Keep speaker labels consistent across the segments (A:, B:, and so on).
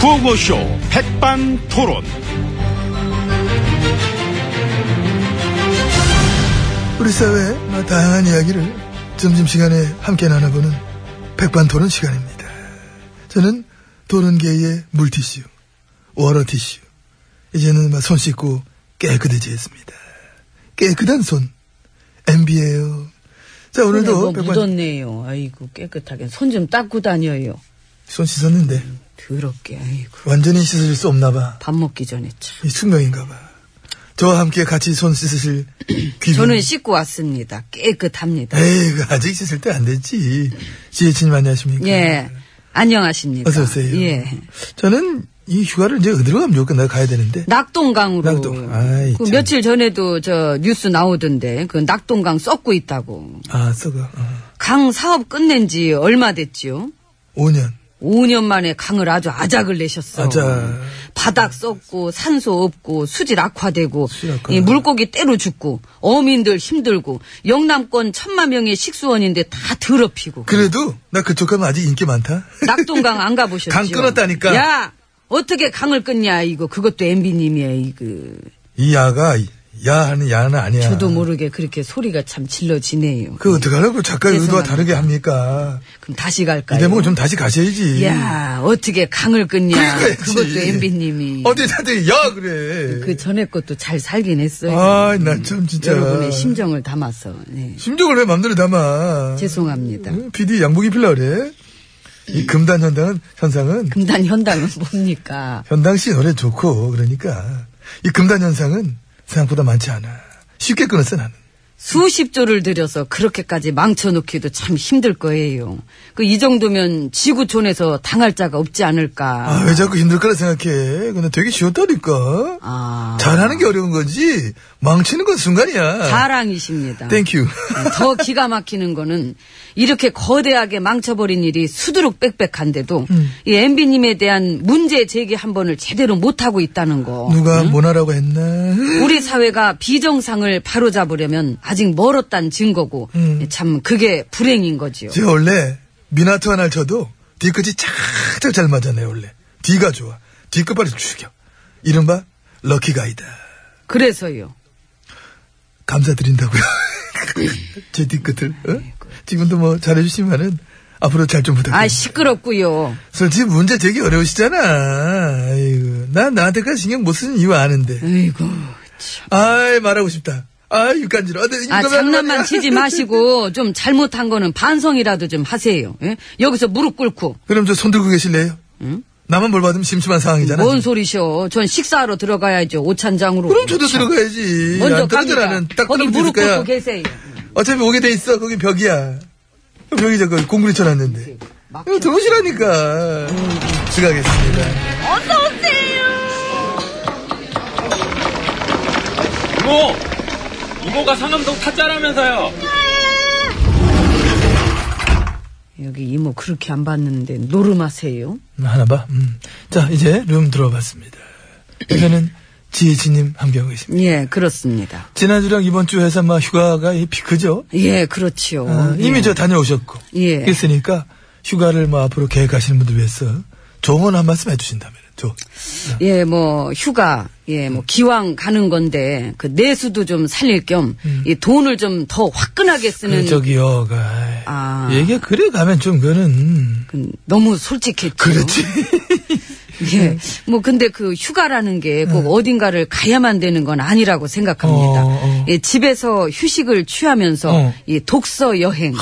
A: 구호쇼 백반 토론.
B: 우리 사회의 다양한 이야기를 점심시간에 함께 나눠보는 백반토론 시간입니다. 저는 토론계의 물티슈, 워러티슈. 이제는 막 손 씻고 깨끗해지겠습니다. 깨끗한 손. MB예요. 자
C: 근데
B: 오늘도
C: 뭐
B: 백반
C: 묻었네요. 아이고 깨끗하게 손 좀 닦고 다녀요.
B: 손 씻었는데
C: 더럽게 아이고
B: 완전히 씻으실 수 없나봐.
C: 밥 먹기 전에 참.
B: 이 숙명인가봐. 저와 함께 같이 손 씻으실 귀분.
C: 저는 씻고 왔습니다. 깨끗합니다.
B: 에이 그 아직 씻을 때 안 됐지. 지혜진님 안녕하십니까?
C: 예. 안녕하십니까.
B: 어서 오세요.
C: 예.
B: 저는 이 휴가를 이제 어디로 가면 좋을까? 나 가야
C: 네.
B: 되는데.
C: 낙동강으로.
B: 낙동. 아이,
C: 그
B: 참.
C: 며칠 전에도 저 뉴스 나오던데 그 낙동강 썩고 있다고.
B: 아, 썩어. 어.
C: 강 사업 끝낸 지 얼마 됐지요?
B: 5년.
C: 5년 만에 강을 아주 아작을 내셨어.
B: 아작.
C: 바닥 썩고 산소 없고 수질 악화되고
B: 수질 악화.
C: 이 물고기 때로 죽고 어민들 힘들고 영남권 천만 명의 식수원인데 다 더럽히고
B: 그래도 나 그쪽 가면 아직 인기 많다.
C: 낙동강 안 가보셨죠?
B: 강 끊었다니까.
C: 야 어떻게 강을 끊냐 이거 그것도 엠비님이야 이거
B: 이 야가 야 하는 야는 아니야.
C: 저도 뭐 모르게 그렇게 소리가 참 질러지네요.
B: 그 어떡하려고 작가 의도와
C: 죄송합니다.
B: 다르게 합니까?
C: 그럼 다시
B: 이
C: 갈까요?
B: 대목은 뭐 좀 다시 가셔야지.
C: 야 어떻게 강을 끊냐
B: 그래야지.
C: 그것도 엠비님이
B: 그러니까 어디 다들 야 그래.
C: 그 전에 것도 잘 살긴 했어요.
B: 아, 나 참 진짜.
C: 여러분의 심정을 담아서 네.
B: 심정을 왜 맘대로 담아. 음,
C: 죄송합니다.
B: PD 양복이 필라 그래. 이 금단 현당은 현상은
C: 금단 현당은 뭡니까?
B: 현당 씨 노래 좋고 그러니까 이 금단 현상은 생각보다 많지 않아. 쉽게 끊었어 나는.
C: 수십 조를 들여서 그렇게까지 망쳐놓기도 참 힘들 거예요. 그 이 정도면 지구촌에서 당할 자가 없지 않을까.
B: 아, 왜 자꾸 힘들 거라 생각해? 근데 되게 쉬웠다니까.
C: 아,
B: 잘하는 게 어려운 거지. 망치는 건 순간이야.
C: 자랑이십니다. 네,
B: 땡큐.
C: 더 기가 막히는 거는 이렇게 거대하게 망쳐버린 일이 수두룩 빽빽한데도
B: 음.
C: 이 MB님에 대한 문제 제기 한 번을 제대로 못하고 있다는 거.
B: 누가 뭐나라고 했나?
C: 우리 사회가 비정상을 바로잡으려면 아직 멀었단 증거고
B: 음.
C: 참 그게 불행인 거지요.
B: 제가 원래 미나토 하나를 쳐도 뒤끝이 착착 잘 맞아내 원래. 뒤가 좋아. 뒤끝발이 죽여. 이른바 럭키가이다.
C: 그래서요.
B: 감사드린다고요. 제 뒤끝을. 어? 지금도 뭐 잘해주시면은 앞으로 잘 좀 부탁드립니다.
C: 아 시끄럽고요.
B: 솔직히 문제 되게 어려우시잖아. 아이고. 난 나한테까지 신경 못 쓰는 이유 아는데.
C: 아이고. 참.
B: 아이, 말하고 싶다. 아이, 육간지러. 아,
C: 아 장난만 치지 마시고 좀 잘못한 거는 반성이라도 좀 하세요. 예? 여기서 무릎 꿇고
B: 그럼 저 손 들고 계실래요? 나만 벌 받으면 심심한 상황이잖아.
C: 뭔 소리셔? 전 식사하러 들어가야죠 오찬장으로.
B: 그럼 저도 들어가야지.
C: 먼저
B: 안 떨어져라는
C: 갑니다.
B: 딱
C: 거기
B: 떨어질
C: 무릎
B: 거야.
C: 꿇고 계세요.
B: 어차피 오게 돼 있어. 거기 벽이야. 벽이 저거 공구리 쳐놨는데.
C: 막 음,
B: 이거 들어오시라니까. 들어가겠습니다.
D: 이모! 이모가 상암동 타짜라면서요!
C: 여기 이모 그렇게 안 봤는데 노름하세요?
B: 음, 하나 봐. 음. 자, 이제 룸 들어봤습니다. 여기는 지혜진님 함께하고 계십니다.
C: 예 그렇습니다.
B: 지난주랑 이번 주 회사 막 휴가가 이 피크죠?
C: 예 그렇지요.
B: 아, 이미
C: 예.
B: 저 다녀오셨고.
C: 예.
B: 있으니까 휴가를 뭐 앞으로 계획하시는 분들 위해서 조언 한 말씀 해주신다면. 조.
C: 예, 뭐, 휴가, 예, 뭐, 기왕 가는 건데, 그, 내수도 좀 살릴 겸, 이 돈을 좀 더 화끈하게 쓰는.
B: 음. 그 저기요, 가.
C: 아.
B: 이게 그래 가면 좀 그거는.
C: 그, 너무 솔직했죠.
B: 그렇지.
C: 예. 뭐, 근데 그 휴가라는 게 꼭 어딘가를 가야만 되는 건 아니라고 생각합니다.
B: 음. 어, 어.
C: 예, 집에서 휴식을 취하면서,
B: 어.
C: 이 독서 여행.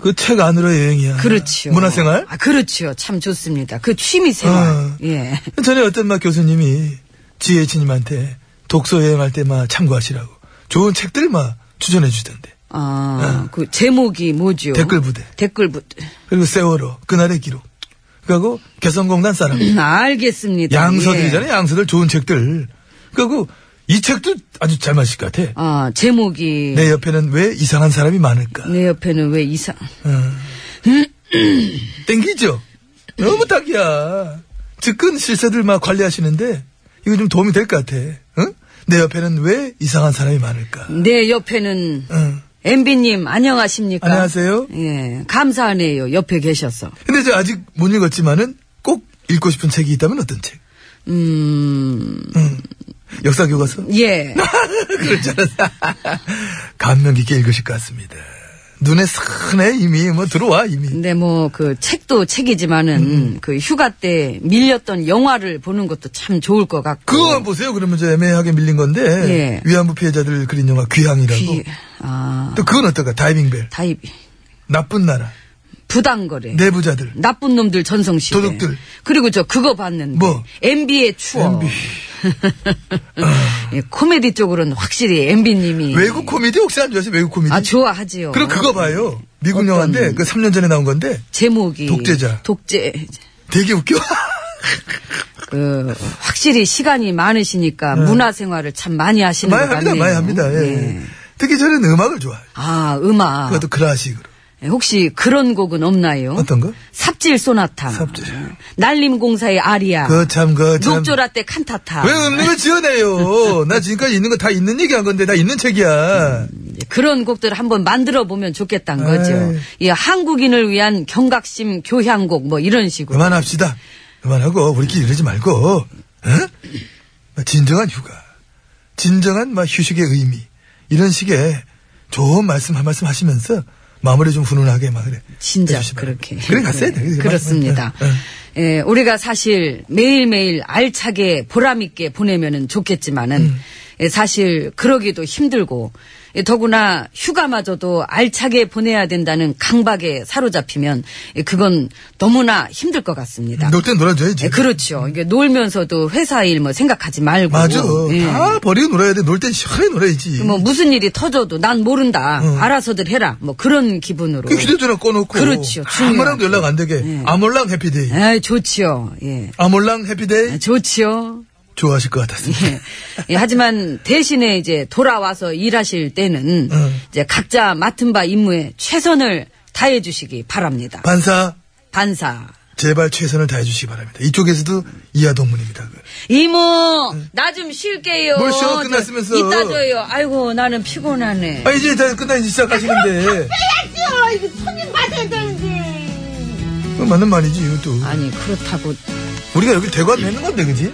B: 그 책 안으로 여행이야.
C: 그렇죠.
B: 문화생활?
C: 아, 그렇죠. 참 좋습니다. 그 취미 생활.
B: 어.
C: 예.
B: 전에 어떤 막 교수님이 지혜진님한테 독서 여행할 때 막 참고하시라고 좋은 책들 막 추천해 주던데.
C: 아, 그, 제목이 뭐죠?
B: 어. 댓글 부대.
C: 댓글 부,
B: 그리고 세월호 그날의 기록. 그리고 개성공단 사람.
C: 알겠습니다. 음. 예.
B: 양서들이잖아요. 양서들 좋은 책들. 그리고 이 책도 아주 잘 맞을 것 같아.
C: 아, 제목이
B: 내 옆에는 왜 이상한 사람이 많을까?
C: 내 옆에는 왜 이상
B: 땡기죠? 너무 딱이야. 즉근 실세들 막 관리하시는데 이거 좀 도움이 될 것 같아. 응? 내 옆에는 왜 이상한 사람이 많을까?
C: 내 옆에는
B: 응.
C: 엠비님 안녕하십니까?
B: 안녕하세요.
C: 예, 감사하네요. 옆에 계셔서.
B: 근데 저 아직 못 읽었지만은 꼭 읽고 싶은 책이 있다면 어떤 책?
C: 음,
B: 역사 교과서?
C: 예.
B: 그렇잖아. 감명 깊게 읽으실 것 같습니다. 눈에 선해 이미 뭐 들어와 이미.
C: 근데 뭐 그 책도 책이지만은
B: 음.
C: 그 휴가 때 밀렸던 영화를 보는 것도 참 좋을 것 같고.
B: 그거만 보세요. 그러면 저 애매하게 밀린 건데
C: 예.
B: 위안부 피해자들 그린 영화 귀향이라고.
C: 귀- 아,
B: 또 그건 어떨까? 다이빙벨.
C: 다입
B: 나쁜 나라.
C: 부당거래.
B: 내부자들.
C: 나쁜 놈들 전성시대.
B: 도둑들.
C: 그리고 저 그거 봤는데.
B: 뭐?
C: MB의 추억.
B: MB.
C: 예, 코미디 쪽으로는 확실히 MB님이.
B: 외국 코미디 혹시 안 좋아하세요? 외국 코미디.
C: 네. 아, 좋아하지요.
B: 그럼 그거 봐요. 미국
C: 어떤-
B: 영화인데 그 3년 전에 나온 건데
C: 제목이.
B: 독재자.
C: 독재.
B: 되게 웃겨.
C: 그, 확실히 시간이 많으시니까 문화 생활을 참 많이 하시는
B: 예. 많이
C: 것
B: 합니다.
C: 같네요.
B: 많이 합니다. 예.
C: 예.
B: 특히 저는 음악을 좋아해요.
C: 아, 음악.
B: 그것도 클래식으로.
C: 예, 혹시 그런 곡은 없나요?
B: 어떤 거?
C: 삽질 소나타.
B: 삽질.
C: 날림공사의 아리아.
B: 그 참, 그 참.
C: 녹조라 때 칸타타.
B: 왜 없는 거 지어내요? 나 지금까지 있는 거 다 있는 얘기 한 건데, 나 있는 책이야.
C: 그런 곡들을 한번 만들어 보면 좋겠다는
B: 에이.
C: 거죠. 이 한국인을 위한 경각심 교향곡 뭐 이런 식으로.
B: 그만합시다. 그만하고, 우리끼리 이러지 말고, 어? 진정한 휴가, 진정한 막 휴식의 의미, 이런 식의 좋은 말씀 한 말씀 하시면서 마무리 좀 훈훈하게 막 그래.
C: 진작
B: 해주시면.
C: 그렇게.
B: 그래 갔어야 돼.
C: 네, 그렇습니다.
B: 응, 응.
C: 예, 우리가 사실 매일매일 알차게 보람있게 보내면은 좋겠지만은,
B: 음.
C: 예, 사실 그러기도 힘들고, 예, 더구나 휴가마저도 알차게 보내야 된다는 강박에 사로잡히면, 예, 그건 너무나 힘들 것 같습니다.
B: 놀땐 놀아줘야지.
C: 예, 그렇죠. 이게 놀면서도 회사 일 뭐 생각하지 말고.
B: 맞아.
C: 예.
B: 다 버리고 놀아야 돼. 놀 땐 시원히 놀아야지.
C: 뭐 무슨 일이 터져도 난 모른다. 알아서들 해라. 뭐 그런
B: 음.
C: 기분으로.
B: 그 휴대전화 꺼놓고.
C: 그렇죠. 예.
B: 아무랑도 연락 안 되게. 아몰랑 해피데이.
C: 에 좋지요. 예.
B: 아몰랑 해피데이.
C: 좋지요.
B: 좋아하실 것 같았습니다.
C: 예. 예, 하지만 대신에 이제 돌아와서 일하실 때는
B: 응.
C: 이제 각자 맡은 바 임무에 최선을 다해 주시기 바랍니다.
B: 반사,
C: 반사.
B: 제발 최선을 다해주시기 바랍니다. 이쪽에서도 이하 동문입니다.
C: 이모, 나 좀 쉴게요.
B: 음. 뭘 쉬어?
C: 저,
B: 끝났으면서.
C: 이따 줘요. 아이고, 나는 피곤하네.
B: 아, 이제 다 끝나기 시작하시는데.
E: 아, 해야죠. 이거 손님 받아야 되는데.
B: 그건 어, 맞는 말이지, 이것도.
C: 아니, 그렇다고.
B: 우리가 여기 대관 있는 건데, 그지?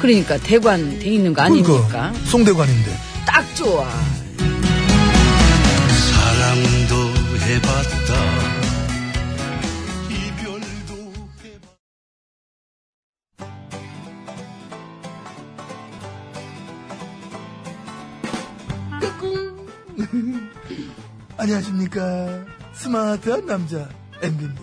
C: 그러니까 대관 돼 있는 거 아닙니까?
B: 그러니까, 송대관인데.
C: 딱 좋아.
F: 사랑도 해봤다 이별도 해봤다
B: 안녕하십니까. 스마트한 남자, MB입니다.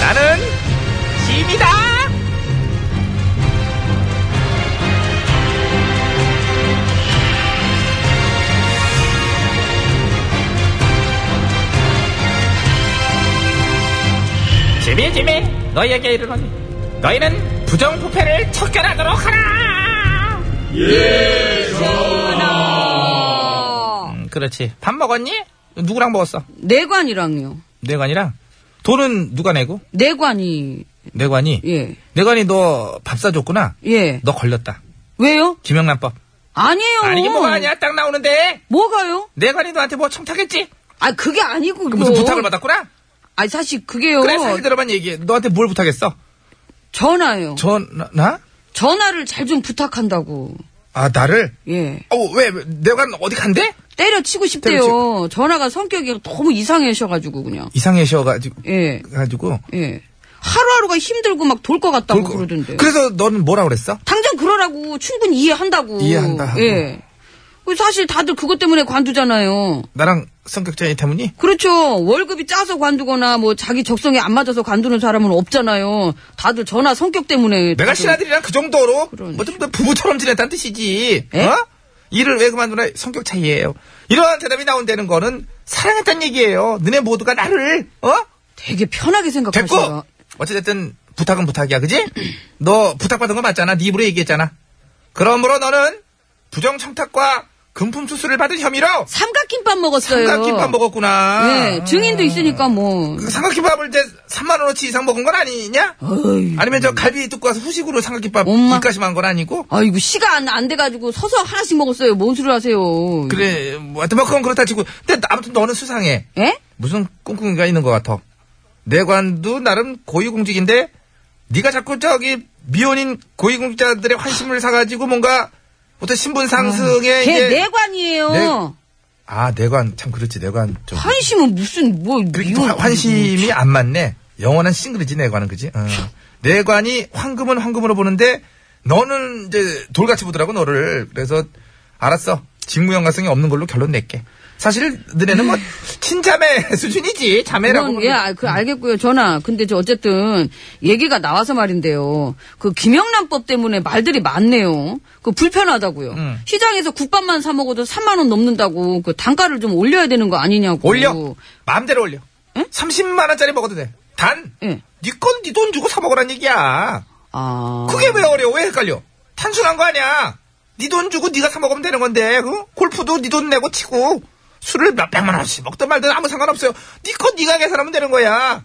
A: 나는 짐이다. 짐이 짐이 너희에게 이르노니 너희는 부정부패를 척결하도록 하라. 음, 그렇지. 밥 먹었니? 누구랑 먹었어?
C: 내관이랑요.
A: 내관이랑. 돈은 누가 내고?
C: 내관이
A: 내관이.
C: 예.
A: 내관이 너 밥 사줬구나.
C: 예.
A: 너 걸렸다.
C: 왜요?
A: 김영란법.
C: 아니에요.
A: 아니 이게 뭐가 아니야? 딱 나오는데.
C: 뭐가요?
A: 내관이 너한테 뭐 청탁했지?
C: 아 그게 아니고
A: 그 무슨 부탁을 받았구나?
C: 아니 사실 그게요.
A: 그래 사실 들어만 얘기해. 너한테 뭘 부탁했어?
C: 전화요.
A: 전나?
C: 전화를 잘 좀 부탁한다고.
A: 아 나를?
C: 예.
A: 어왜 내관 어디 간대?
C: 때려치고 싶대요.
A: 때려치고.
C: 전화가 성격이 너무 이상해셔가지고 그냥.
A: 이상해셔가지고
C: 예,
A: 가지고
C: 예. 하루하루가 힘들고 막 돌 것 같다고
A: 돌고-
C: 뭐 그러던데.
A: 그래서 너는 뭐라 그랬어?
C: 당장 그러라고 충분히 이해한다고.
A: 이해한다 하고.
C: 예. 사실 다들 그것 때문에 관두잖아요.
A: 나랑 성격 차이 때문이?
C: 그렇죠. 월급이 짜서 관두거나 뭐 자기 적성에 안 맞아서 관두는 사람은 없잖아요. 다들 전화 성격 때문에.
A: 내가
C: 다들-
A: 신하들이랑 그 정도로
C: 그러네. 네?
A: 뭐 좀 더 부부처럼 지냈다는 뜻이지.
C: 에?
A: 어? 일을 왜 그만두나 성격 차이예요. 이런 대답이 나온다는 거는 사랑했다는 얘기예요. 너네 모두가 나를 어?
C: 되게 편하게
A: 됐고
C: 생각하시다.
A: 어찌됐든 부탁은 부탁이야, 그지? 너 부탁받은 거 맞잖아. 네 입으로 얘기했잖아. 그러므로 너는 부정 청탁과 금품 수수를 받은 혐의로
C: 삼각김밥 먹었어요.
A: 삼각김밥 먹었구나.
C: 네, 증인도 있으니까 뭐.
A: 그 삼각김밥을 이제 3만원어치 이상 먹은 건 아니냐?
C: 어이.
A: 아니면 저 갈비 뜯고 와서 후식으로 삼각김밥
C: 음. 엄마.
A: 입가심 한건 아니고?
C: 아이고 시간 안, 안 돼가지고 서서 하나씩 먹었어요. 뭔 소리를 하세요?
A: 그래, 뭐, 하여튼 뭐, 그건 그렇다 치고. 근데 아무튼 너는 수상해.
C: 예?
A: 무슨 꿍꿍이가 있는 것 같아. 내관도 나름 고위공직인데, 네가 자꾸 저기, 미혼인 고위공직자들의 환심을 사가지고 뭔가, 어떤 신분 상승에
C: 음. 걔
A: 네, 이제.
C: 내관이에요.
A: 내- 아, 내관, 참, 그렇지, 내관. 좀.
C: 환심은 무슨 뭐
A: 그렇게
C: 이거- 음,
A: 또 환심이 안 맞네. 영원한 싱글이지 내관은 그지. 어. 내관이 황금은 황금으로 보는데 너는 이제 돌같이 보더라고 너를. 그래서 알았어. 직무 연관성이 없는 걸로 결론 낼게. 사실 너네는 뭐 친자매 수준이지 자매라고.
C: 음. 그건, 예, 아, 그 알겠고요. 전화. 근데 저 어쨌든 얘기가 나와서 말인데요. 그 김영란법 때문에 말들이 많네요. 그 불편하다고요.
A: 음.
C: 시장에서 국밥만 사 먹어도 3만 원 넘는다고 그 단가를 좀 올려야 되는 거 아니냐고.
A: 올려. 마음대로 올려. 30만 원짜리 먹어도 돼. 단.
C: 예.
A: 니건니돈 주고 사 먹으란 얘기야.
C: 아.
A: 그게 왜 어려워? 왜 헷갈려? 단순한 거 아니야. 네 돈 주고 네가 사 먹으면 되는 건데, 어? 골프도 네 돈 내고 치고 술을 몇 백만 원씩 먹든 말든 아무 상관없어요. 네거 네가 계산하면 되는 거야.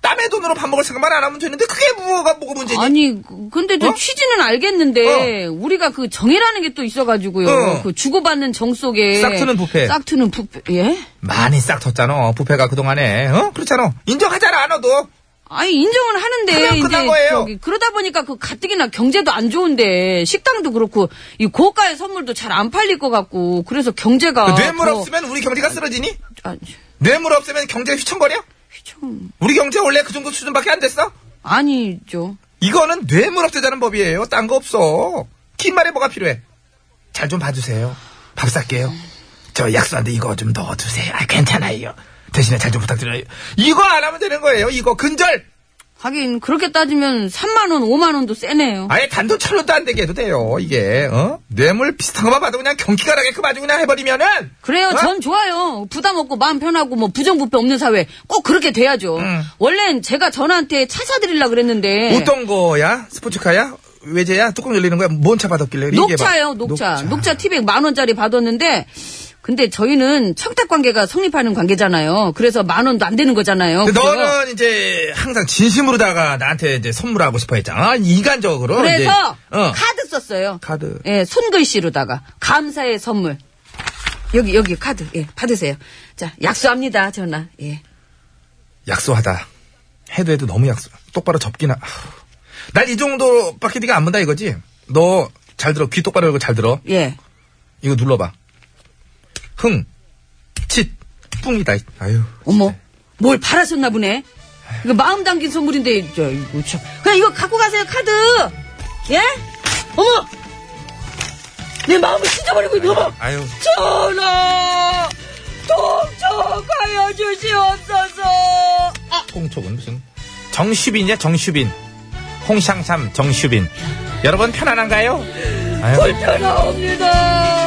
A: 남의 돈으로 밥 먹을 생각만 안 하면 되는데 그게 뭐가 뭐가 문제니?
C: 아니, 그- 근데 저
A: 어?
C: 취지는 알겠는데, 우리가 그 정이라는 게 또 있어가지고요.
A: 어.
C: 그 주고받는 정 속에.
A: 싹트는 부패.
C: 싹트는 부패, 예?
A: 많이 싹 텄잖아. 부패가 그동안에. 어? 그렇잖아. 인정하잖아, 너도.
C: 아니, 인정은 하는데,
A: 그냥
C: 이제,
A: 끝난 거예요.
C: 저기, 그러다 보니까 그 가뜩이나 경제도 안 좋은데, 식당도 그렇고, 이 고가의 선물도 잘 안 팔릴 것 같고, 그래서 경제가.
A: 뇌물
C: 더-
A: 없으면 우리 경제가 쓰러지니?
C: 아니,
A: 뇌물 없으면 경제가 휘청거려?
C: 휘청-
A: 우리 경제 원래 그 정도 수준밖에 안 됐어?
C: 아니죠.
A: 이거는 뇌물 없애자는 법이에요. 딴 거 없어. 긴 말에 뭐가 필요해? 잘 좀 봐주세요. 밥 살게요. 저 약수한테 이거 좀 넣어주세요. 아, 괜찮아요. 대신에 잘 좀 부탁드려요. 이거 안 하면 되는 거예요. 이거 근절.
C: 하긴, 그렇게 따지면 3만원, 5만원도 세네요.
A: 아예 단돈 천원도 안 되게 해도 돼요. 이게 어? 뇌물 비슷한 것만 받아 그냥 경기가 나게끔 아주 그냥 해버리면은
C: 그래요.
A: 어?
C: 전 좋아요. 부담 없고 마음 편하고 뭐 부정부패 없는 사회 꼭 그렇게 돼야죠. 원래는 제가 전화한테 차 사드리려 그랬는데
A: 음. 어떤 거야? 스포츠카야? 외제야? 뚜껑 열리는 거야? 뭔 차 받았길래?
C: 녹차요, 녹차. 녹차 티백 만 원짜리 받았는데 근데 저희는 청탁 관계가 성립하는 관계잖아요. 그래서 만 원도 안 되는 거잖아요.
A: 근데
C: 어, 그죠?
A: 너는 이제 항상 진심으로다가 나한테 이제 선물하고 싶어 했잖아. 인간적으로. 이제,
C: 그래서
A: 어.
C: 카드 썼어요.
A: 카드.
C: 예, 손글씨로다가 감사의 선물. 여기 여기 카드. 예, 받으세요. 자, 약수합니다. 전화. 예.
A: 약소하다. 해도 해도 너무 약소. 똑바로 접기나. 날 이 정도밖에 네가 안 본다 이거지? 너 잘 들어. 귀 똑바로 열고 잘 들어.
C: 예.
A: 이거 눌러봐. 흥, 칫, 뿡이다. 아유.
C: 어머, 뭘 팔았었나 보네. 이거 마음 담긴 선물인데, 저, 이거 참. 그냥 이거 갖고 가세요, 카드! 예? 어머! 내 마음을 찢어버리고 있네, 어머!
A: 아유.
C: 전하! 통촉하여 주시옵소서! 아,
A: 홍촉은 무슨? 정슈빈이야 정슈빈. 홍샹삼 정슈빈. 여러분 편안한가요? 아유.
C: 불편하옵니다! 어,